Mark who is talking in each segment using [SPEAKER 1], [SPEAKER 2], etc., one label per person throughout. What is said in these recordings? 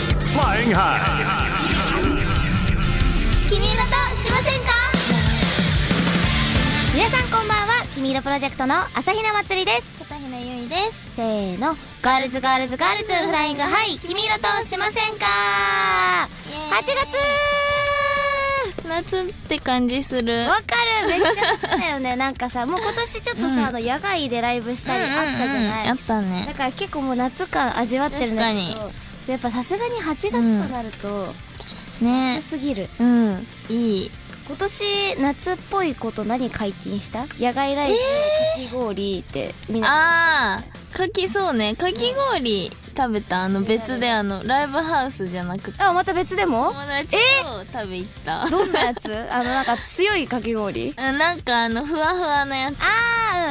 [SPEAKER 1] ンハ
[SPEAKER 2] 君色としませんか皆さんこんばんは君色プロジェクトの朝比奈まつりです片平ゆいですせーのガールズガールズガールズフライングハイ君色としませんか8月
[SPEAKER 3] 夏って感じする
[SPEAKER 2] わかるめっちゃ好きだよね なんかさもう今年ちょっとさ、あの野外でライブしたりあったじゃない、
[SPEAKER 3] うんうんうんあったね
[SPEAKER 2] だから結構もう夏感味わってるんだけど
[SPEAKER 3] 確か
[SPEAKER 2] やっぱさすがに8月となると、暑
[SPEAKER 3] ね
[SPEAKER 2] すぎる
[SPEAKER 3] うんいい
[SPEAKER 2] 今年夏っぽいこと何解禁した野外ライブのかき氷ってみんな、
[SPEAKER 3] ああかきそうねかき氷食べたあの別であのライブハウスじゃなくて
[SPEAKER 2] あまた別でも
[SPEAKER 3] 友達と食べ行った
[SPEAKER 2] どんなやつあのなんか強いかき氷
[SPEAKER 3] うんなんかあのふわふわなやつで
[SPEAKER 2] あ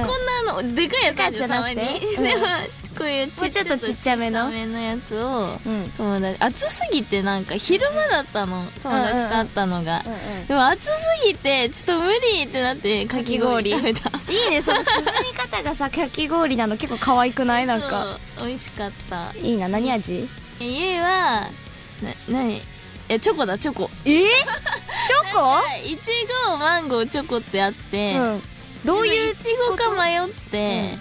[SPEAKER 3] もこんなあのでかいやつあるじゃん
[SPEAKER 2] で
[SPEAKER 3] た
[SPEAKER 2] か
[SPEAKER 3] ま
[SPEAKER 2] い
[SPEAKER 3] に
[SPEAKER 2] やつ
[SPEAKER 3] で
[SPEAKER 2] じゃ
[SPEAKER 3] も
[SPEAKER 2] なくて
[SPEAKER 3] こういうち
[SPEAKER 2] もうちょっとちっちゃめの
[SPEAKER 3] 小さめのやつを
[SPEAKER 2] うん
[SPEAKER 3] 友達暑すぎてなんか昼間だったの友達と会ったのが
[SPEAKER 2] うんうん
[SPEAKER 3] でも暑すぎてちょっと無理ってなってかき氷
[SPEAKER 2] かき氷
[SPEAKER 3] 食べた
[SPEAKER 2] いいねその包み方がさかき氷なの結構可愛くないなんか
[SPEAKER 3] そう美味しかった
[SPEAKER 2] いいな何味
[SPEAKER 3] 家はな何いやチョコだチョコ
[SPEAKER 2] えチョコ
[SPEAKER 3] いちごマンゴーチョコってあって、
[SPEAKER 2] うんどういう
[SPEAKER 3] いちごか迷って、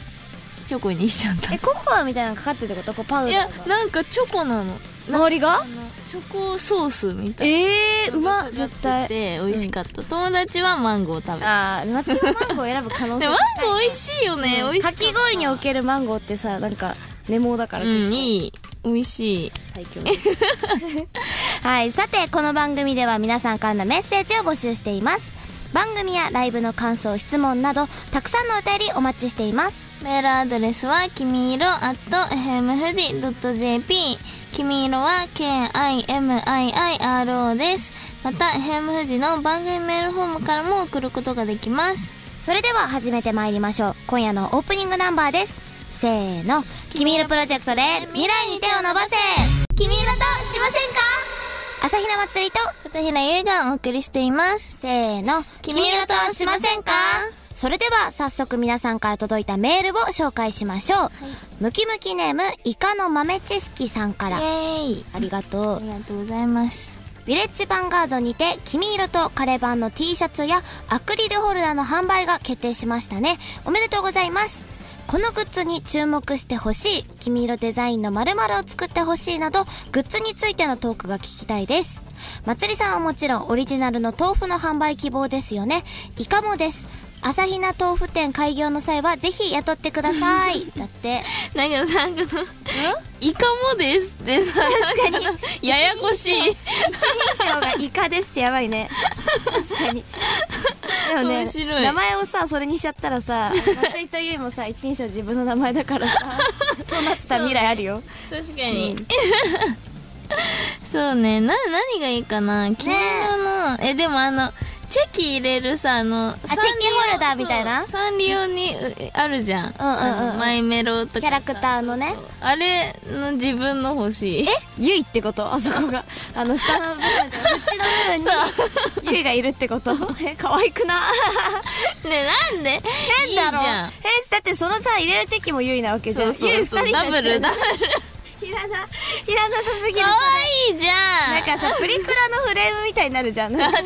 [SPEAKER 3] チョコにしちゃっ
[SPEAKER 2] えココアみたいなのかかってるってことこうパ
[SPEAKER 3] た
[SPEAKER 2] ウ
[SPEAKER 3] い
[SPEAKER 2] ダ
[SPEAKER 3] や
[SPEAKER 2] ーが
[SPEAKER 3] なんかチョコなの
[SPEAKER 2] 周りが
[SPEAKER 3] あのチョコソースみたいな
[SPEAKER 2] ええー、うま
[SPEAKER 3] のが
[SPEAKER 2] 絶
[SPEAKER 3] かかって
[SPEAKER 2] 対
[SPEAKER 3] て美味しかった、友達はマンゴー食べた
[SPEAKER 2] ああ夏のマンゴーを選ぶ可能
[SPEAKER 3] で
[SPEAKER 2] 性高
[SPEAKER 3] マン
[SPEAKER 2] い
[SPEAKER 3] ゴー美味しいよね、美味しか
[SPEAKER 2] か
[SPEAKER 3] った
[SPEAKER 2] き氷におけるマンゴーってさなんかネモだか
[SPEAKER 3] う
[SPEAKER 2] ら、
[SPEAKER 3] んいい美味しい
[SPEAKER 2] 最強 はいさてこの番組では皆さんからのメッセージを募集しています番組やライブの感想質問などたくさんのお便りお待ちしています
[SPEAKER 3] メールアドレスは、きみいろ at fmfuji.jp。きみいろは、k-i-m-i-i-r-o です。また、fmfuji の番組メールフォームからも送ることができます。
[SPEAKER 2] それでは始めてまいりましょう今夜のオープニングナンバーですせーの「君色プロジェクト」で未来に手を伸ばせ君色としませんか朝比奈祭りと
[SPEAKER 3] 片平優がお送りしています。
[SPEAKER 2] せーの
[SPEAKER 3] 君色としませんか
[SPEAKER 2] それでは早速皆さんから届いたメールを紹介しましょう、ムキムキネームイカの豆知識さんか
[SPEAKER 3] イ
[SPEAKER 2] ら
[SPEAKER 3] ェーイ。
[SPEAKER 2] ありが
[SPEAKER 3] あ
[SPEAKER 2] とう
[SPEAKER 3] りがとうございます。
[SPEAKER 2] ヴィレッジヴァンガードにて黄色とカレバンの T シャツやアクリルホルダーの販売が決定しましたねおめでとうございますこのグッズに注目してほしい黄色デザインの〇〇を作ってほしいなどグッズについてのトークが聞きたいですまつりさんはもちろんオリジナルの豆腐の販売希望ですよねイカもです朝比奈豆腐店開業の際はぜひ雇ってくださいだって
[SPEAKER 3] なんかさ、この、イカもですってさ、なんかあのややこしい。
[SPEAKER 2] 師匠がイカですってやばいね確かにでもね
[SPEAKER 3] 面白い
[SPEAKER 2] 名前をさそれにしちゃったらさ松井とゆいもさ一人称自分の名前だからさそうなってた未来あるよ
[SPEAKER 3] 確かに、 そうねな何がいいかな黄色の、えでもあのチェキ入れるさあのあ
[SPEAKER 2] チェキホルダーみたいな
[SPEAKER 3] サンリオにうあるじゃん,、
[SPEAKER 2] うんうんうん
[SPEAKER 3] あのマイメロとか
[SPEAKER 2] キャラクターのね
[SPEAKER 3] そうそうあれの自分の欲し いえ
[SPEAKER 2] ゆいってことあそこがあの下の部分で 口の部分にゆいがいるってことえ可愛くな
[SPEAKER 3] ねなんで
[SPEAKER 2] 変だろ
[SPEAKER 3] いいじゃん
[SPEAKER 2] えだってそのさ入れるチェキもゆいなわけじゃ
[SPEAKER 3] そ
[SPEAKER 2] ん
[SPEAKER 3] う
[SPEAKER 2] ゆ
[SPEAKER 3] そ
[SPEAKER 2] いう二人
[SPEAKER 3] そう
[SPEAKER 2] になっ
[SPEAKER 3] ダ
[SPEAKER 2] ちゃ
[SPEAKER 3] ブルダブル
[SPEAKER 2] いらないらなさすぎる
[SPEAKER 3] 可愛いじゃ
[SPEAKER 2] なん
[SPEAKER 3] ん
[SPEAKER 2] かさプリクラのフレームみたいになるじゃん
[SPEAKER 3] あそうそう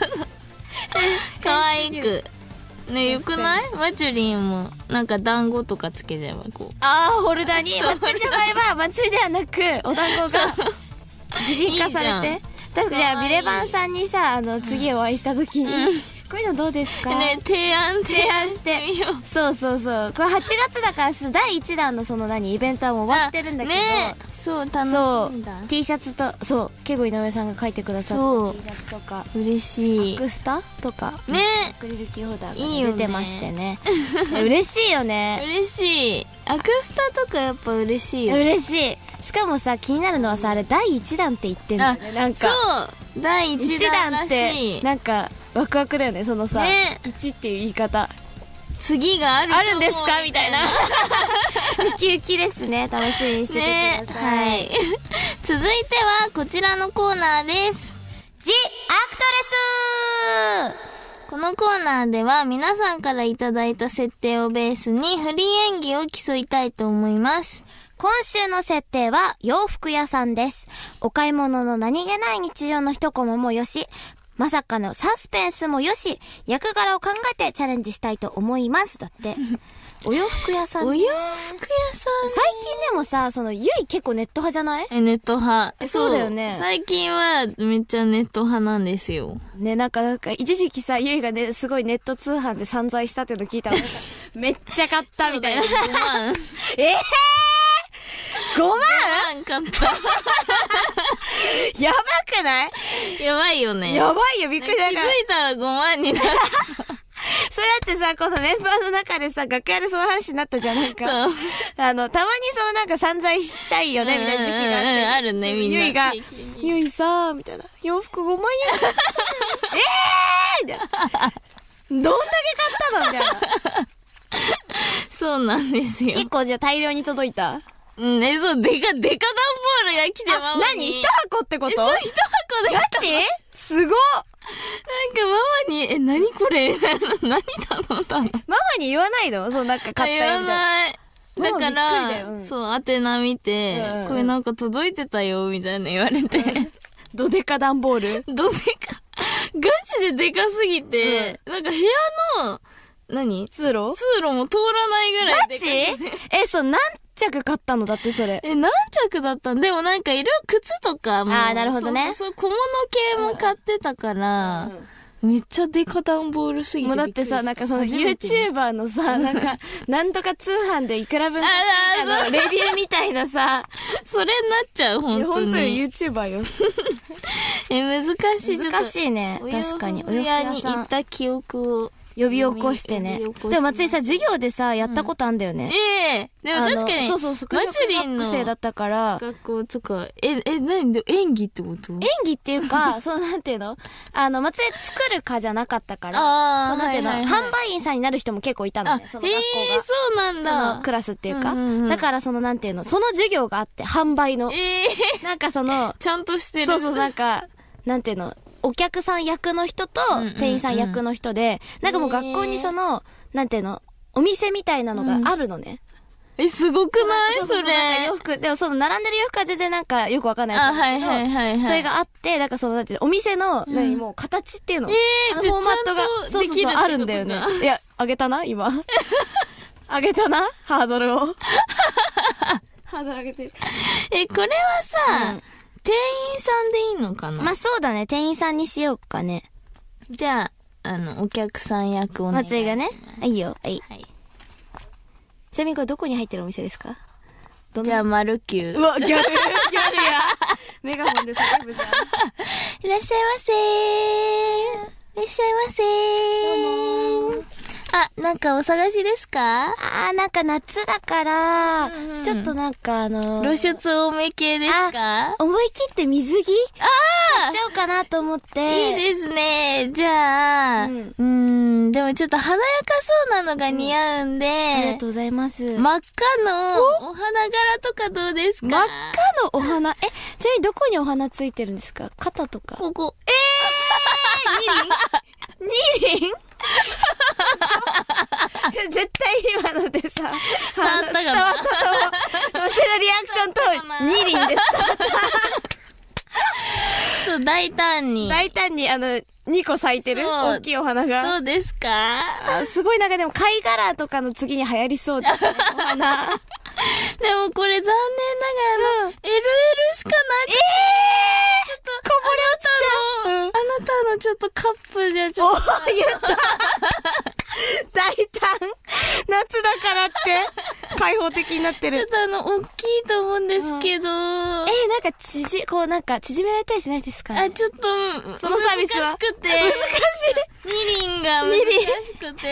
[SPEAKER 3] そうそう可愛くねよくないマチュリンもなんか団子とかつけちゃえばこう
[SPEAKER 2] ああホルダーに祭りの場合は祭りではなくお団子が擬人化され
[SPEAKER 3] いい
[SPEAKER 2] て確かにじゃあ
[SPEAKER 3] かわ
[SPEAKER 2] ビ
[SPEAKER 3] いい
[SPEAKER 2] レバンさんにさあの次お会いした時に、こういうのどうですか、
[SPEAKER 3] ね提案
[SPEAKER 2] 提案して
[SPEAKER 3] みよう
[SPEAKER 2] そうそうそうこれ8月だからちょっと第1弾のその何イベントはもう終わってるんだけど、
[SPEAKER 3] ねそう楽
[SPEAKER 2] そ
[SPEAKER 3] しみだ
[SPEAKER 2] う T シャツとそう結構井上さんが書いてくださ
[SPEAKER 3] そ
[SPEAKER 2] っ
[SPEAKER 3] う
[SPEAKER 2] た T シャツとか
[SPEAKER 3] 嬉しい
[SPEAKER 2] グスタとか
[SPEAKER 3] ね
[SPEAKER 2] アクリルキーホルダ
[SPEAKER 3] い
[SPEAKER 2] ー
[SPEAKER 3] いよ
[SPEAKER 2] が
[SPEAKER 3] ね
[SPEAKER 2] 出てましてねいや嬉しいよ ね
[SPEAKER 3] 嬉しいアクスタとかやっぱ嬉しいよ
[SPEAKER 2] 嬉しいしかもさ気になるのはさあれ第1弾って言ってんだよねなんか
[SPEAKER 3] そう第
[SPEAKER 2] 一
[SPEAKER 3] 1弾
[SPEAKER 2] 弾
[SPEAKER 3] ら
[SPEAKER 2] っ
[SPEAKER 3] しい
[SPEAKER 2] てなんかワクワクだよねそのさ、
[SPEAKER 3] ね
[SPEAKER 2] 一1っていう言い方
[SPEAKER 3] 次があると
[SPEAKER 2] あ
[SPEAKER 3] 思う
[SPEAKER 2] るんですかみたいな ウキウキですね楽しみにしてて
[SPEAKER 3] ね
[SPEAKER 2] ください、
[SPEAKER 3] はい 続いてはこちらのコーナーです
[SPEAKER 2] ジ・アクトレス
[SPEAKER 3] このコーナーでは皆さんからいただいた設定をベースにフリー演技を競いたいと思います。
[SPEAKER 2] 今週の設定は洋服屋さんです。お買い物の何気ない日常の一コマもよし、まさかのサスペンスもよし、役柄を考えてチャレンジしたいと思います。だって。お洋服屋さん。
[SPEAKER 3] お
[SPEAKER 2] 最
[SPEAKER 3] 洋服屋さ
[SPEAKER 2] 近でもさ、その、ゆい結構ネット派じゃない
[SPEAKER 3] んえ、ネット派。
[SPEAKER 1] えそうだよね
[SPEAKER 3] そう最近はめっちゃネット派なんですよ。
[SPEAKER 1] ね、なんか、なんか、一時期さ、ゆいがね、すごいネット通販で散財したっていうの聞 いたの。なんかめっちゃ買ったみたいな。
[SPEAKER 3] 5万、
[SPEAKER 1] ええー、!5 万
[SPEAKER 3] 5万買っ
[SPEAKER 1] やばくない
[SPEAKER 3] た。やばいよね。
[SPEAKER 1] やばいよ、びっく
[SPEAKER 3] 気
[SPEAKER 1] り
[SPEAKER 3] づ
[SPEAKER 1] だ
[SPEAKER 3] い
[SPEAKER 1] から。
[SPEAKER 3] たら5万になって
[SPEAKER 1] そうやってさ、このメンバーの中でさ、楽屋でその話になったじゃん、なんか。
[SPEAKER 3] た。
[SPEAKER 1] あの、たまにそのなんか散財したいよね、みたいな時期があって。
[SPEAKER 3] うんうんうんあるねみんな
[SPEAKER 1] ゆい が
[SPEAKER 3] 定、
[SPEAKER 1] ゆいさ、みたいな。洋服5万円。 ええーみたいな。どんだけ買 ったのみたいな。
[SPEAKER 3] そうなんですよ。
[SPEAKER 1] 結構じゃあ大量に届いた。
[SPEAKER 3] うん、え、そう、でか、でかダンボールが来てママに。
[SPEAKER 1] 何一箱ってこと
[SPEAKER 3] えそう、一箱で。
[SPEAKER 1] ガチすごっ
[SPEAKER 3] なんかママに、え、何これみ たいな、何頼んだの
[SPEAKER 1] ママに言わないのそう、なんか買ったよみ
[SPEAKER 3] 言わ
[SPEAKER 1] たい
[SPEAKER 3] ない。だ
[SPEAKER 1] ママびっく
[SPEAKER 3] か
[SPEAKER 1] りだ
[SPEAKER 3] ら、
[SPEAKER 1] ようん
[SPEAKER 3] そう、宛名見て、
[SPEAKER 1] うんうんうん
[SPEAKER 3] これなんか届いてたよ、みたいな言われて、
[SPEAKER 1] な。ドデカダンボール
[SPEAKER 3] どでか、ガチででかすぎて、なんか部屋の、何通
[SPEAKER 1] 通路
[SPEAKER 3] 路も通らないぐらい
[SPEAKER 1] ガ
[SPEAKER 3] で
[SPEAKER 1] チ
[SPEAKER 3] かい。
[SPEAKER 1] え、そう、何着買ったのだってそれ。
[SPEAKER 3] え、何着だったんでもなんか色々靴とかも。
[SPEAKER 2] あーなるほどね
[SPEAKER 3] そうそう、小物系も買ってたから、めっちゃデカダンボールすぎて
[SPEAKER 1] もうだってさ、
[SPEAKER 3] び
[SPEAKER 1] なん
[SPEAKER 3] く
[SPEAKER 1] か
[SPEAKER 3] りした
[SPEAKER 1] その
[SPEAKER 3] 初めて
[SPEAKER 1] YouTuber のさ、 なんか、なんとか通販でいくら分
[SPEAKER 3] あーあー
[SPEAKER 1] あのレビューみたいなさ、
[SPEAKER 3] それになっちゃう、 本
[SPEAKER 1] いや
[SPEAKER 3] 当
[SPEAKER 1] 本当
[SPEAKER 3] に。
[SPEAKER 1] に YouTuber よ。
[SPEAKER 3] え、難しい。ちょっと
[SPEAKER 2] 難しいね。
[SPEAKER 3] お洋服
[SPEAKER 2] 確かに。お洋服
[SPEAKER 3] 屋
[SPEAKER 2] 屋
[SPEAKER 3] に行
[SPEAKER 2] さ
[SPEAKER 3] っ
[SPEAKER 2] ん。
[SPEAKER 3] た記憶を。
[SPEAKER 2] 呼び起こしてね
[SPEAKER 3] 呼び起こし。て
[SPEAKER 2] でも松井さ、授業でさ、やったことあんだよね。
[SPEAKER 3] ええでも
[SPEAKER 2] あの
[SPEAKER 3] 確かに、
[SPEAKER 2] そうそうそう。
[SPEAKER 3] マチュリン
[SPEAKER 2] 学
[SPEAKER 3] の
[SPEAKER 2] 生だったから、
[SPEAKER 3] 学校とか、え、え、何で演技ってこと
[SPEAKER 2] 演技っていう か、そのなんていうのあの、松江作るかじゃなかったから、
[SPEAKER 3] あ
[SPEAKER 2] そ
[SPEAKER 3] あ、
[SPEAKER 2] うなんていうの、
[SPEAKER 3] はいはいはい
[SPEAKER 2] 販売員さんになる人も結構いたの
[SPEAKER 3] あ、
[SPEAKER 2] ね、
[SPEAKER 3] へえ、
[SPEAKER 2] そ
[SPEAKER 3] そう
[SPEAKER 2] の学校
[SPEAKER 3] なん
[SPEAKER 2] が。その
[SPEAKER 3] だ。
[SPEAKER 2] クラスっていうか、
[SPEAKER 3] うんうんうん
[SPEAKER 2] だからそのなんていうの、その授業があって、販売の。
[SPEAKER 3] ええ
[SPEAKER 2] なんかその、
[SPEAKER 3] ちゃんとしてる。
[SPEAKER 2] そうそう、なんか、なんていうの、お客さん役の人と
[SPEAKER 3] うんうんうん
[SPEAKER 2] 店員さん役の人で、なんかもう学校にその、なんていうの、お店みたいなのがあるのね。
[SPEAKER 3] え、すごくな
[SPEAKER 2] う
[SPEAKER 3] いうそ
[SPEAKER 2] な
[SPEAKER 3] う
[SPEAKER 2] んか
[SPEAKER 3] れ
[SPEAKER 2] 洋。服、でもその並んでる洋服は全然なんかよくわかんない
[SPEAKER 3] あ、
[SPEAKER 2] と思う
[SPEAKER 3] はい
[SPEAKER 2] けど
[SPEAKER 3] はいはいはい。
[SPEAKER 2] それがあって、だからその、だってお店の、何、もう形っていうの。
[SPEAKER 3] えー
[SPEAKER 2] あの
[SPEAKER 3] じゃ
[SPEAKER 2] フォーマットが、
[SPEAKER 3] ちゃ
[SPEAKER 2] そ
[SPEAKER 3] ん
[SPEAKER 2] う
[SPEAKER 3] と
[SPEAKER 2] そう
[SPEAKER 3] できる
[SPEAKER 2] そ
[SPEAKER 3] っ
[SPEAKER 2] う、
[SPEAKER 3] て
[SPEAKER 2] あるんだよね
[SPEAKER 3] こと。
[SPEAKER 2] いや、あげたな今。あげたなハードルを。ハードル上げてる。
[SPEAKER 3] え、これはさ、店員さんでいいのかな、
[SPEAKER 2] まあ、そうだね。店員さんにしようかね。
[SPEAKER 3] じゃあ、あの、お客さん役をね。
[SPEAKER 2] 松井がね。いいよ。はい。
[SPEAKER 3] はい。
[SPEAKER 2] ちなみにこれどこに入ってるお店ですか
[SPEAKER 3] じゃあ、丸九。
[SPEAKER 1] うわ、 ギャル、ギャルや。メガホンで叫ぶじゃん。
[SPEAKER 3] いらっしゃいませー。いらっしゃいませー。あ、なんかお探しですか
[SPEAKER 2] あー、なんか夏だから、
[SPEAKER 3] うんうん
[SPEAKER 2] ちょっとなんかあのー
[SPEAKER 3] 露出多め系ですか
[SPEAKER 2] 思い切って水着ああちゃおうかなと思って。
[SPEAKER 3] いいですね。じゃあ、う
[SPEAKER 1] うん
[SPEAKER 3] ーん、でもちょっと華やかそうなのが似合うんで、
[SPEAKER 2] ありがとうございます。
[SPEAKER 3] 真っ赤のお花柄とかどうですか
[SPEAKER 2] 真っ赤のお花。え、ちなみにどこにお花ついてるんですか肩とか。
[SPEAKER 3] ここ。
[SPEAKER 1] 絶対今のでさ、
[SPEAKER 3] 伝わったかな
[SPEAKER 1] そのリアクションと、二輪です。
[SPEAKER 3] そう、大胆に。
[SPEAKER 1] 大胆に、あの、二個咲いてる
[SPEAKER 3] そう
[SPEAKER 1] 大きいお花
[SPEAKER 3] ど
[SPEAKER 1] が。
[SPEAKER 3] うですか
[SPEAKER 1] あすごいなんかでも貝殻とかの次に流行りそう ですね。お花。
[SPEAKER 3] でもこれ残念ながら、LL しかなくて、ちょっと、こぼれあなたの、あなたのちょっとカップじゃちょっ
[SPEAKER 1] お
[SPEAKER 3] と、
[SPEAKER 1] 言った大胆夏だからって、開放的になって
[SPEAKER 3] ちょっ
[SPEAKER 1] る。
[SPEAKER 3] とあの、大きいと思うんですけど、あ
[SPEAKER 1] え、なんか縮、こうなんか縮められたりしないですか
[SPEAKER 3] ちょっと、
[SPEAKER 1] そのサービスは
[SPEAKER 3] 難しく て、難しい。二輪が難しくて、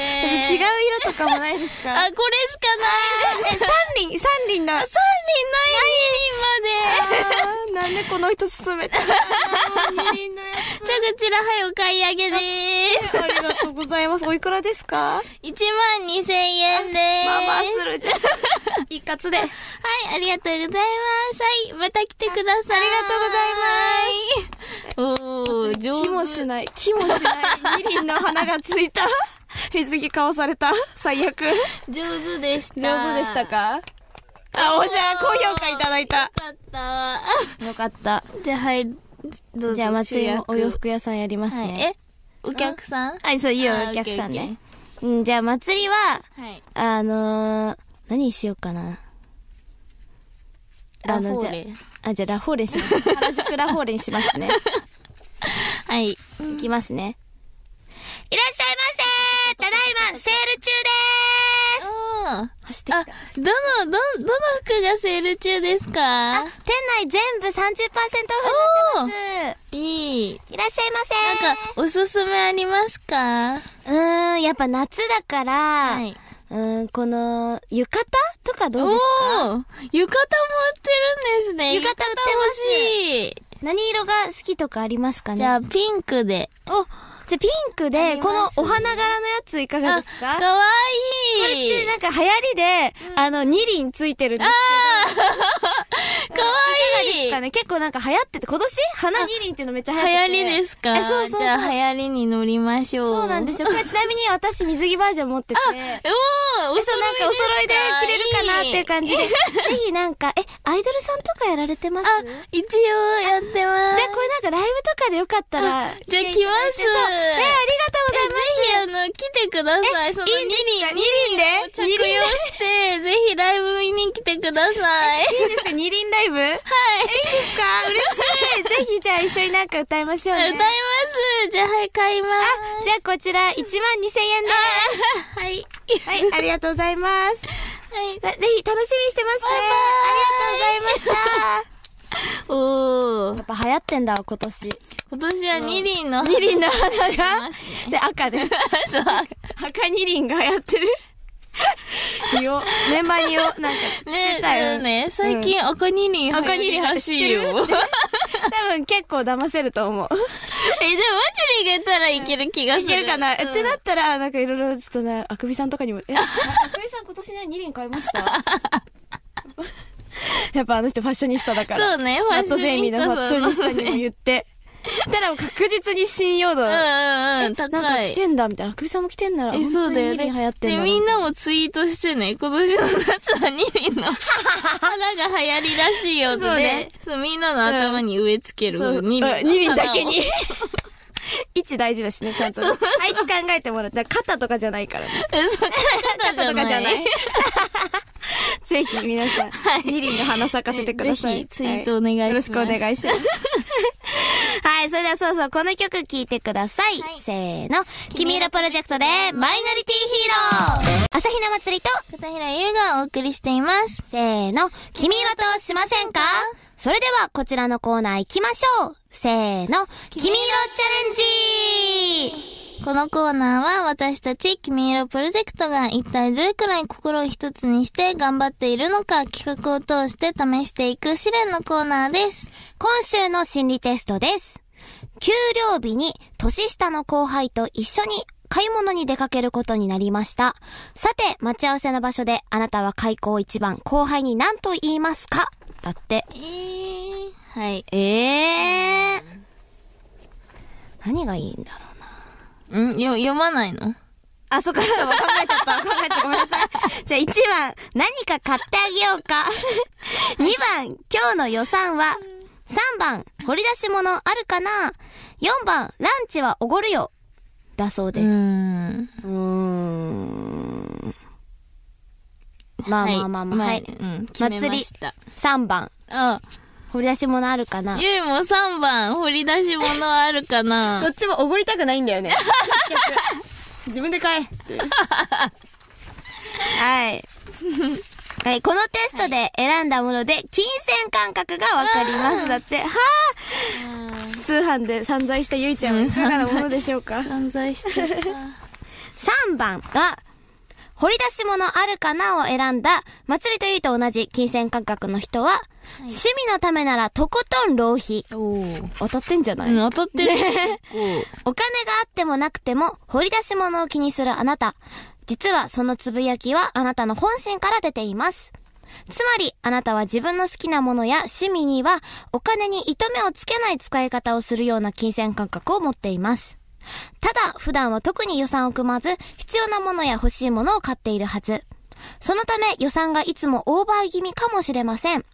[SPEAKER 1] 違う色とかもないですか
[SPEAKER 3] あ、これしかない。
[SPEAKER 1] え、三輪、三輪だ。
[SPEAKER 3] 三輪ない二輪まで。
[SPEAKER 1] あーなんでこの人進めたの
[SPEAKER 3] じゃあこちら、はい、お買い上げでーす。
[SPEAKER 1] ありがとうございます。おいくらですか
[SPEAKER 3] 1万2000円でーす。
[SPEAKER 1] まあまあするじゃん。一括で。ありがとう
[SPEAKER 3] はい、ありがとうございます。はい、また来てください。あ
[SPEAKER 1] ございます。
[SPEAKER 3] おー、上
[SPEAKER 1] 気もし
[SPEAKER 3] 手。
[SPEAKER 1] ない、気もしない、二輪の花がついた。水着顔された。最悪。
[SPEAKER 3] 上手でした。
[SPEAKER 1] 上手でしたかあ、おじゃあ、高評価いただいた
[SPEAKER 3] よ。かったわ。
[SPEAKER 1] よかった。
[SPEAKER 3] じゃあ、はい、どうぞ。
[SPEAKER 1] じゃあ、松井もお洋
[SPEAKER 3] 主
[SPEAKER 1] 服屋さんやります
[SPEAKER 3] 役。はい、
[SPEAKER 1] ね。
[SPEAKER 3] えお客さん
[SPEAKER 1] はい、そう、いいよ
[SPEAKER 3] あ、ー
[SPEAKER 1] お客さんね。
[SPEAKER 3] オ
[SPEAKER 1] うん、じゃあ、祭りは、
[SPEAKER 3] はい。
[SPEAKER 1] あのー、何しようかな。あ
[SPEAKER 3] ラフ
[SPEAKER 1] の
[SPEAKER 3] ォ
[SPEAKER 1] じゃ
[SPEAKER 3] ーレ。
[SPEAKER 1] あ、じゃあ、ラフォーレします。原宿ラフォーレにしますね。
[SPEAKER 3] はい。
[SPEAKER 1] いきますね。
[SPEAKER 2] いらっしゃいませただいまセール中で
[SPEAKER 3] おー。
[SPEAKER 1] 走っ
[SPEAKER 3] あ、どの、ど、どの服がセール中ですか
[SPEAKER 2] ーす店内全部30%オフにな
[SPEAKER 3] おー
[SPEAKER 2] っ。てま
[SPEAKER 3] いい。
[SPEAKER 2] すいらっしゃいませ
[SPEAKER 3] なんか、おすすめありますか
[SPEAKER 2] うーん、やっぱ夏だから、
[SPEAKER 3] はい。
[SPEAKER 2] うーん、この、浴衣とか
[SPEAKER 3] お
[SPEAKER 2] どうです
[SPEAKER 3] ー浴衣も売ってるんですね。
[SPEAKER 2] 浴衣売ってます
[SPEAKER 3] 欲しい。
[SPEAKER 2] 何色が好きとかありますかね
[SPEAKER 3] じゃあ、ピンクで。
[SPEAKER 2] お、じゃあピンク
[SPEAKER 3] あ
[SPEAKER 2] で、
[SPEAKER 3] り
[SPEAKER 2] この
[SPEAKER 3] ます
[SPEAKER 2] お花柄のやついかが
[SPEAKER 3] あ
[SPEAKER 2] ですか
[SPEAKER 3] かわ
[SPEAKER 2] これっ
[SPEAKER 3] いい
[SPEAKER 2] てなんか流行りで、あの、二輪ついてるんです
[SPEAKER 3] かわいい
[SPEAKER 1] かね、結構なんか流行ってて、今年花二輪っていうのめっちゃ流行って
[SPEAKER 3] 流行
[SPEAKER 1] て。
[SPEAKER 3] りですか
[SPEAKER 1] えそうそうそう
[SPEAKER 3] じゃあ、流行りに乗りましょう。
[SPEAKER 1] そうなんですよ。これちなみに私水着バージョン持ってて。え
[SPEAKER 3] おーお揃いです
[SPEAKER 1] そう、なんかお揃いで着れるかなっていう感じで。ぜ
[SPEAKER 2] ひなんか、え、アイドルさんとかやられてます
[SPEAKER 3] あ、一応やってます。
[SPEAKER 1] じゃあこれなんかライブとかでよかったら。
[SPEAKER 3] じゃあ来ま
[SPEAKER 1] え、ありがと
[SPEAKER 3] す。
[SPEAKER 1] うございます。
[SPEAKER 3] ぜひ、あの、来てください。その2輪、二輪を着
[SPEAKER 1] 二輪で
[SPEAKER 3] 用して、ぜひライブ見に来て ください。
[SPEAKER 1] いいですか二輪ライブはい。いいですか嬉 しい。ぜひじゃあ一緒になんか歌いましょう
[SPEAKER 3] 歌
[SPEAKER 1] ね。
[SPEAKER 3] います。じゃあ、はい、買います。
[SPEAKER 1] じゃあこちら1万2000円で
[SPEAKER 3] あ、はい。
[SPEAKER 1] す。はい、ありがとうございます。
[SPEAKER 3] は
[SPEAKER 1] ぜぜひ
[SPEAKER 3] い。
[SPEAKER 1] 楽しみにしてますね。ありがとうございました。
[SPEAKER 3] おー。
[SPEAKER 1] やっぱ流行ってんだわ、今年。
[SPEAKER 3] 今年は二輪の。
[SPEAKER 1] 二輪の花が、で、赤で。
[SPEAKER 3] そう。
[SPEAKER 1] 赤二輪が流行ってる。 言おう。メンバーに言おう。なんか、
[SPEAKER 3] ね
[SPEAKER 1] してた
[SPEAKER 3] だ
[SPEAKER 1] よ
[SPEAKER 3] よね。最近、赤二輪
[SPEAKER 1] 赤二輪
[SPEAKER 3] ら
[SPEAKER 1] 走
[SPEAKER 3] し
[SPEAKER 1] っ
[SPEAKER 3] い
[SPEAKER 1] てる
[SPEAKER 3] よ。え、でも、
[SPEAKER 1] っ
[SPEAKER 3] マ
[SPEAKER 1] て 多分結構騙せると思う。
[SPEAKER 3] チュリーがいたらいける気がす
[SPEAKER 1] い
[SPEAKER 3] る。
[SPEAKER 1] けるかな、え
[SPEAKER 3] うん
[SPEAKER 1] ってなったら、なんかいろいろちょっとな、あくびさんとかにも、え、ああくびさん今年ね、二輪買いました やっぱあの人ファッショニスタだから。
[SPEAKER 3] そうね、フ
[SPEAKER 1] マ
[SPEAKER 3] ァッ
[SPEAKER 1] ッ
[SPEAKER 3] ショ
[SPEAKER 1] ト
[SPEAKER 3] ン
[SPEAKER 1] ゼミのファッショニスタにも言って。たらもう確実に信用度、
[SPEAKER 3] う
[SPEAKER 1] なん
[SPEAKER 3] んうん、
[SPEAKER 1] か
[SPEAKER 3] 高い
[SPEAKER 1] 来。てんだみたいな。あくびさんも来てんなら、
[SPEAKER 3] え、
[SPEAKER 1] 本
[SPEAKER 3] そ
[SPEAKER 1] 当
[SPEAKER 3] う
[SPEAKER 1] に
[SPEAKER 3] だよ
[SPEAKER 1] 二
[SPEAKER 3] ね
[SPEAKER 1] 輪流行っ。てん
[SPEAKER 3] で、
[SPEAKER 1] だな。
[SPEAKER 3] みんなもツイートしてね、今年の夏はニリンの 花が流行りらしいよって
[SPEAKER 1] そうね
[SPEAKER 3] ね。そう、みんなの頭に植え付け
[SPEAKER 1] そう
[SPEAKER 3] るニリンの
[SPEAKER 1] あ
[SPEAKER 3] 花を。
[SPEAKER 1] 二輪だけに。 位置大事だしね、ちゃんと。あいつ考えてもらって、肩とかじゃないからね。
[SPEAKER 3] え。そう、
[SPEAKER 1] 肩
[SPEAKER 3] 肩
[SPEAKER 1] と
[SPEAKER 3] とか
[SPEAKER 1] かじ
[SPEAKER 3] じ
[SPEAKER 1] ゃ
[SPEAKER 3] ゃ
[SPEAKER 1] な
[SPEAKER 3] ないい。。
[SPEAKER 1] ぜひ皆さん、二輪の花咲かせてください。
[SPEAKER 3] ぜひツイートお願いします
[SPEAKER 1] はよろしくお願いし ます。
[SPEAKER 2] はい、それではそうそう、この曲聴いてください。せーの、君色プロジェクトで、マイノリティヒーロー朝ひな祭りと、
[SPEAKER 3] 片平優がお送りしています。
[SPEAKER 2] せーの、君色としませんかそれでは、こちらのコーナー行きましょうせーの、君色チャレンジ
[SPEAKER 3] このコーナーは私たち君色プロジェクトが一体どれくらい心を一つにして頑張っているのか企画を通して試していく試練のコーナーです。
[SPEAKER 2] 今週の心理テストです。給料日に年下の後輩と一緒に買い物に出かけることになりました。さて、待ち合わせの場所であなたは開口一番後輩に何と言いますかだって。
[SPEAKER 3] えー、はい。
[SPEAKER 2] ええ何がいいんだろうな。
[SPEAKER 3] んよ、読まないの
[SPEAKER 2] あ、そっか、考えちゃった。考えちゃった。ごめんなさい。じゃあ1番、何か買ってあげようか。2番、今日の予算は。3番、掘り出し物あるかな。4番、ランチはおごるよ。だそうです。
[SPEAKER 3] う
[SPEAKER 2] う
[SPEAKER 3] ーん。
[SPEAKER 2] ーん。まあまあまあまあ。はい。
[SPEAKER 3] うん。決めました。
[SPEAKER 2] 3番、
[SPEAKER 3] うん。
[SPEAKER 2] 掘り出し物あるかな。
[SPEAKER 3] ゆいも3番、掘り出し物あるか
[SPEAKER 1] ど
[SPEAKER 3] な
[SPEAKER 1] っちもおごりたくないんだよね。 自分で買えって。
[SPEAKER 2] はい。はい、このテストで選んだもので、金銭感覚がわかります。だって、は
[SPEAKER 1] 通販で散財したゆいちゃんは
[SPEAKER 3] うん
[SPEAKER 1] いかがなものでしょう か
[SPEAKER 3] 散財しちゃった。
[SPEAKER 2] 3番が、掘り出し物あるかなを選んだ、祭りというと同じ金銭感覚の人は、趣味のためならとことん浪費。
[SPEAKER 3] お
[SPEAKER 2] 当たってんじゃな
[SPEAKER 3] うん、当 たってる。結
[SPEAKER 2] お金があってもなくても、掘り出し物を気にするあなた。実はそのつぶやきはあなたの本心から出ています。つまり、あなたは自分の好きなものや趣味には、お金に糸目をつけない使い方をするような金銭感覚を持っています。ただ、普段は特に予算を組まず、必要なものや欲しいものを買っているはず。そのため、予算がいつもオーバー気味かもしれません。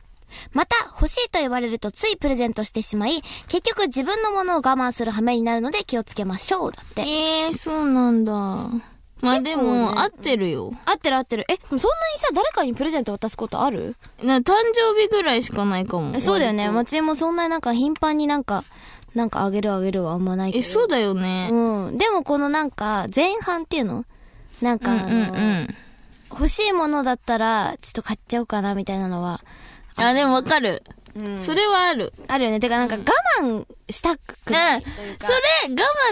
[SPEAKER 2] また、欲しいと言われるとついプレゼントしてしまい、結局自分のものを我慢する羽目になるので気をつけましょう。だって。
[SPEAKER 3] ええー、そうなんだ。まあでも、
[SPEAKER 2] ね
[SPEAKER 3] 合ってるよ。
[SPEAKER 2] 合ってる合ってる。え、そんなにさ、誰かにプレゼント渡すことある
[SPEAKER 3] な誕生日ぐらいしかないかも。
[SPEAKER 2] そうだよね。松井もそんななんか頻繁になんか、なんかあげるあげるはあんまないけ
[SPEAKER 3] え、
[SPEAKER 2] ど。
[SPEAKER 3] そうだよね。
[SPEAKER 2] うん。でもこのなんか、前半っていうのなん
[SPEAKER 3] う
[SPEAKER 2] か
[SPEAKER 3] んう
[SPEAKER 2] あ
[SPEAKER 3] ん
[SPEAKER 2] の、
[SPEAKER 3] うん。
[SPEAKER 2] 欲しいものだったら、ちょっと買っちゃおうかなみたいなのは、
[SPEAKER 3] あ、でもわかる。それはある。
[SPEAKER 2] あるよね。てかなんか我慢したく
[SPEAKER 3] うん。それ、
[SPEAKER 2] ない
[SPEAKER 3] 我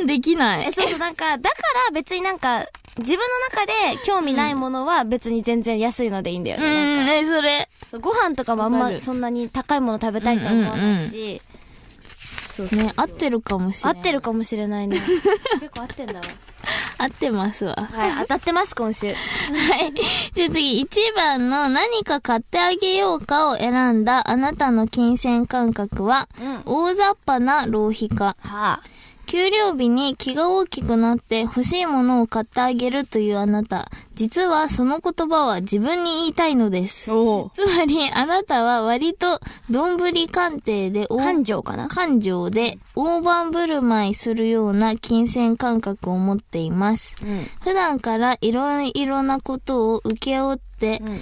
[SPEAKER 3] 慢できない。
[SPEAKER 2] えそうそう、なんか、だから別になんか、自分の中で興味ないものは別に全然安いのでいいんだよ
[SPEAKER 3] う
[SPEAKER 2] ね。なんか
[SPEAKER 3] ん、え、それ。
[SPEAKER 2] ご飯とかもあん
[SPEAKER 3] わ
[SPEAKER 2] ま
[SPEAKER 3] かる
[SPEAKER 2] そんなに高いもの食べたいと思わないし、そうそう
[SPEAKER 3] ね、合ってるかもし
[SPEAKER 2] 合
[SPEAKER 3] れない。
[SPEAKER 2] ってるかもしれないね結構合ってんだわ
[SPEAKER 3] 合ってますわ。
[SPEAKER 2] はい当たってます今週
[SPEAKER 3] はい。じゃあ次、1番の何か買ってあげようかを選んだあなたの金銭感覚は、
[SPEAKER 2] うん
[SPEAKER 3] 大雑把な浪費家。
[SPEAKER 2] はあ
[SPEAKER 3] 給料日に気が大きくなって欲しいものを買ってあげるというあなた。実はその言葉は自分に言いたいのです。
[SPEAKER 1] お
[SPEAKER 3] つまり、あなたは割と、どんぶり鑑定で大
[SPEAKER 2] 感情かな
[SPEAKER 3] 感情で大盤振る舞いするような金銭感覚を持っています。
[SPEAKER 2] うん
[SPEAKER 3] 普段からいろいろなことを請け負って、
[SPEAKER 2] うん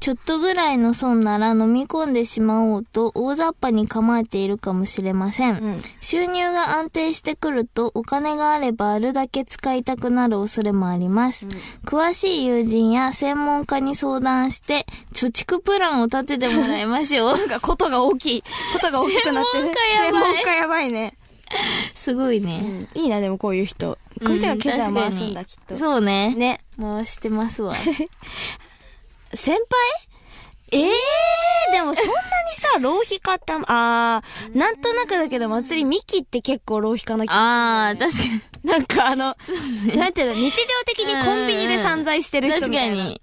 [SPEAKER 3] ちょっとぐらいの損なら飲み込んでしまおうと大雑把に構えているかもしれません。
[SPEAKER 2] うん
[SPEAKER 3] 収入が安定してくるとお金があればあるだけ使いたくなる恐れもあります。詳しい友人や専門家に相談して貯蓄プランを立ててもらいま しょう。
[SPEAKER 1] なんかことが大きい。ことが大きくなってる。
[SPEAKER 3] 専門家やば
[SPEAKER 1] 専
[SPEAKER 3] い
[SPEAKER 1] 門家やばいね。
[SPEAKER 3] すごいね。
[SPEAKER 1] いいな、でもこういう人。こういう人が経済を回すんだ、
[SPEAKER 3] う
[SPEAKER 1] きっと。
[SPEAKER 3] そうね。
[SPEAKER 2] ね
[SPEAKER 3] 回してます わ。
[SPEAKER 2] 先輩ええー、でもそんなに さ、浪費家ってあんあー、なんとなくだけど、祭りミキって結構浪費家な気
[SPEAKER 3] ああ、確か
[SPEAKER 2] なんかあの、なんていうの、日常的にコンビニで散財してる
[SPEAKER 3] に。
[SPEAKER 2] 人
[SPEAKER 3] 確
[SPEAKER 2] みた
[SPEAKER 3] か
[SPEAKER 2] いな。
[SPEAKER 3] に。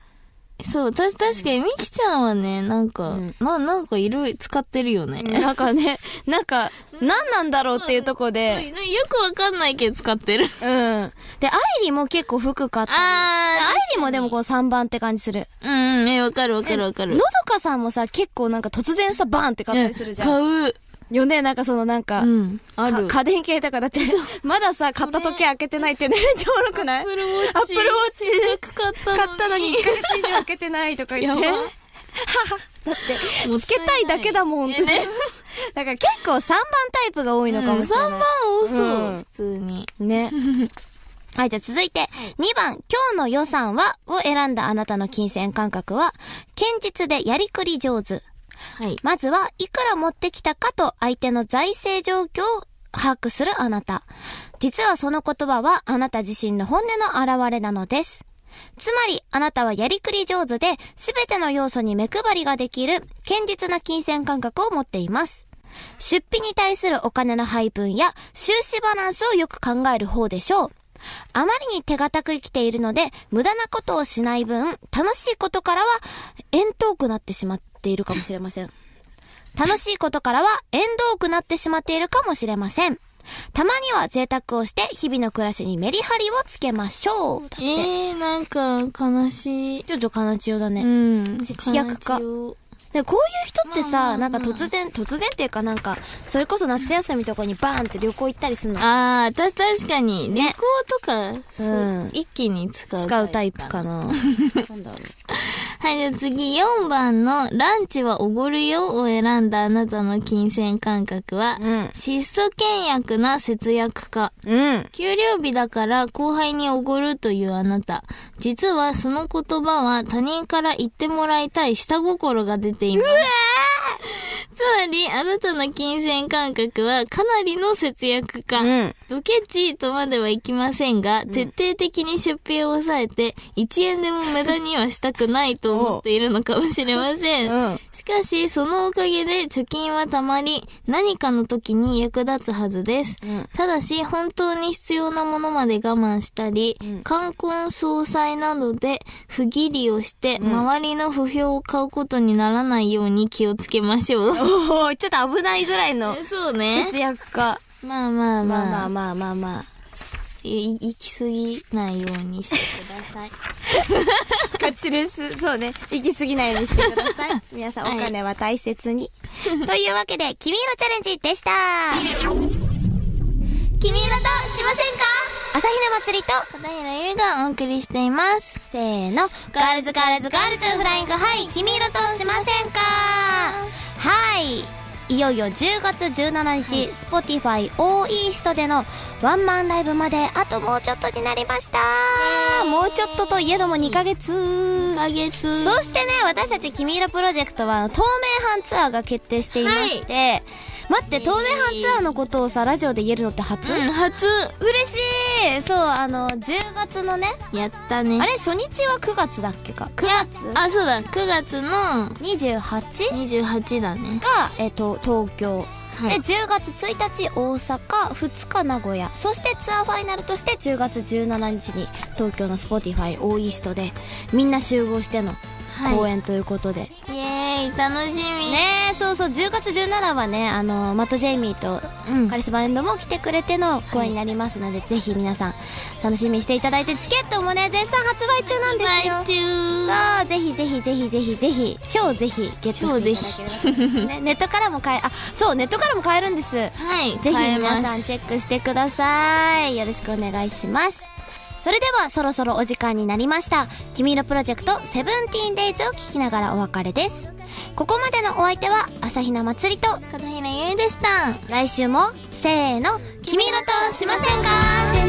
[SPEAKER 3] そう、た、確かに、みきちゃんはね、なんか、
[SPEAKER 2] うん
[SPEAKER 3] まあ、なんかいろいろ使ってる よね。
[SPEAKER 2] なんかね、なんか、何なんだろうっていうとこで、
[SPEAKER 3] なよくわかんないけど使って る。
[SPEAKER 2] うん。で、アイリも結構服買ったり。アイ
[SPEAKER 3] あ
[SPEAKER 2] リもでもこう3番って感じする。
[SPEAKER 3] あ、うんうん、え、わかるわかるわか
[SPEAKER 2] の
[SPEAKER 3] る。
[SPEAKER 2] どかさんもさ、結構なんか突然さ、バーンって買ったりするじゃん。
[SPEAKER 3] 買う。
[SPEAKER 2] よね、なんかそのなんか、
[SPEAKER 3] うん、あ
[SPEAKER 2] か
[SPEAKER 3] る。
[SPEAKER 2] 家電系とかだって、まださ、買った時計開けてないってね、めっちゃおもろくない
[SPEAKER 3] アップルウォッチ。
[SPEAKER 2] アップルウォッチ
[SPEAKER 3] せっかく買ったのに。
[SPEAKER 2] 買ったのに1ヶ月以上開けてないとか言って。
[SPEAKER 3] や
[SPEAKER 2] は
[SPEAKER 3] ば
[SPEAKER 2] はだって、つけた
[SPEAKER 3] も
[SPEAKER 2] いだけだもん。
[SPEAKER 3] えね
[SPEAKER 2] だから結構3番タイプ が多いのかもしれない。
[SPEAKER 3] 3番多そう、
[SPEAKER 2] うん
[SPEAKER 3] 普通に。
[SPEAKER 2] ね。 はい、じゃあ続いて、2番、今日の予算はを選んだあなたの金銭感覚は、堅実でやりくり上手。
[SPEAKER 3] はい。
[SPEAKER 2] まずは、いくら持ってきたかと相手の財政状況を把握するあなた。実はその言葉はあなた自身の本音の表れなのです。つまり、あなたはやりくり上手で、すべての要素に目配りができる、堅実な金銭感覚を持っています。出費に対するお金の配分や、収支バランスをよく考える方でしょう。あまりに手堅く生きているので、無駄なことをしない分、楽しいことからは、遠遠くなってしまっているかもしれません。楽しいことからは遠遠くなってしまっているかもしれません。たまには贅沢をして日々の暮らしにメリハリをつけましょう。だって。
[SPEAKER 3] えー、なんか、悲しい。
[SPEAKER 2] ちょっと悲しようだね。
[SPEAKER 3] うん。
[SPEAKER 2] 節約家
[SPEAKER 3] 悲しいよ
[SPEAKER 2] で、こういう人ってさ、
[SPEAKER 3] まあまあまあ
[SPEAKER 2] なんか突然、突然っていうかなんか、それこそ夏休みとかにバーンって旅行行ったりするの。
[SPEAKER 3] ああ、た、確かに、旅行とか、そう
[SPEAKER 2] うん
[SPEAKER 3] 一気に使う。
[SPEAKER 2] 使うタイプか。な。なんだろ
[SPEAKER 3] はい、じゃあ次、4番の、ランチはおごるよを選んだあなたの金銭感覚は、
[SPEAKER 2] うん
[SPEAKER 3] 質素倹約な節約家。
[SPEAKER 2] う。うん。
[SPEAKER 3] 給料日だから後輩におごるというあなた。実はその言葉は他人から言ってもらいたい下心が出ています。 つまり、あなたの金銭感覚はかなりの節約家。
[SPEAKER 2] うん。
[SPEAKER 3] ドケチとまではいきませんが、徹底的に出費を抑えて、1円でも無駄にはしたくないと思っているのかもしれません。
[SPEAKER 1] うん
[SPEAKER 3] しかし、そのおかげで貯金はたまり、何かの時に役立つはずです。
[SPEAKER 1] うん
[SPEAKER 3] ただし、本当に必要なものまで我慢したり、
[SPEAKER 1] うん
[SPEAKER 3] 冠婚葬祭などで不義理をして、周りの不評を買うことにならないように気をつけましょう。
[SPEAKER 1] おーちょっと危ないぐらいの
[SPEAKER 3] そう ね
[SPEAKER 1] 節。約か。
[SPEAKER 3] まあまあま
[SPEAKER 1] まあ
[SPEAKER 3] あ。
[SPEAKER 1] まあまあまあま
[SPEAKER 3] い行き過ぎないようにしてください。
[SPEAKER 1] あ。勝ちです。そうね。行き過ぎないようにしてくだ さい。皆さんお金は大切に。
[SPEAKER 2] というわけで、君色チャレンジでした。君色としませんか朝日奈祭りと、
[SPEAKER 3] 片平優がお送りしています。
[SPEAKER 2] せーの、ガールズガールズガールズフライング、はい、君色としませんかはい。いよいよ10月17日、Spotify OE ストでのワンマンライブまであともうちょっとになりましたもうちょっとといえども2ヶ月
[SPEAKER 3] 1ヶ月。
[SPEAKER 2] そしてね、私たち君色プロジェクトは、あの透明版ツアーが決定していまして、待って、透明版ツアーのことをさ、ラジオで言えるのって初、
[SPEAKER 3] うん、初。
[SPEAKER 2] 嬉しいそう、あの、10月のね、
[SPEAKER 3] やったね。
[SPEAKER 2] あれ、初日は9月だっけか ?9
[SPEAKER 3] いや
[SPEAKER 2] 月
[SPEAKER 3] あ、そうだ。9月の
[SPEAKER 2] 28?
[SPEAKER 3] 28だね。
[SPEAKER 2] が、えっと、東京。
[SPEAKER 3] はい
[SPEAKER 2] で、10月1日大阪、2日名古屋。そしてツアーファイナルとして10月17日に東京の Spotify オーイーストで、みんな集合しての公演ということで。
[SPEAKER 3] イエーイ、楽しみ。
[SPEAKER 2] ねえそうそう10月17はねあのマット・ジェイミーと
[SPEAKER 3] うん
[SPEAKER 2] カ。リスマエンドも来てくれての公演になりますので、ぜひ皆さん楽しみにしていただいてチケットもね絶賛発売中なんですよ
[SPEAKER 3] バイチュー。
[SPEAKER 2] そうぜひぜひぜひぜひぜひ超ぜひゲットしていただければと思いますね、ネットからも買えあそうネットからも買えるんですぜ
[SPEAKER 3] はい、
[SPEAKER 2] ひ
[SPEAKER 3] 買え
[SPEAKER 2] 皆
[SPEAKER 3] ま
[SPEAKER 2] さん
[SPEAKER 3] す
[SPEAKER 2] チェックしてくださいよろしくお願いしますそれではそろそろお時間になりました「君のプロジェクトセブンティーンデイズを聞きながらお別れですここまでのお相手は朝比奈まつりと
[SPEAKER 3] 片平優でした。
[SPEAKER 2] 来週もせーの「君色としませんか?」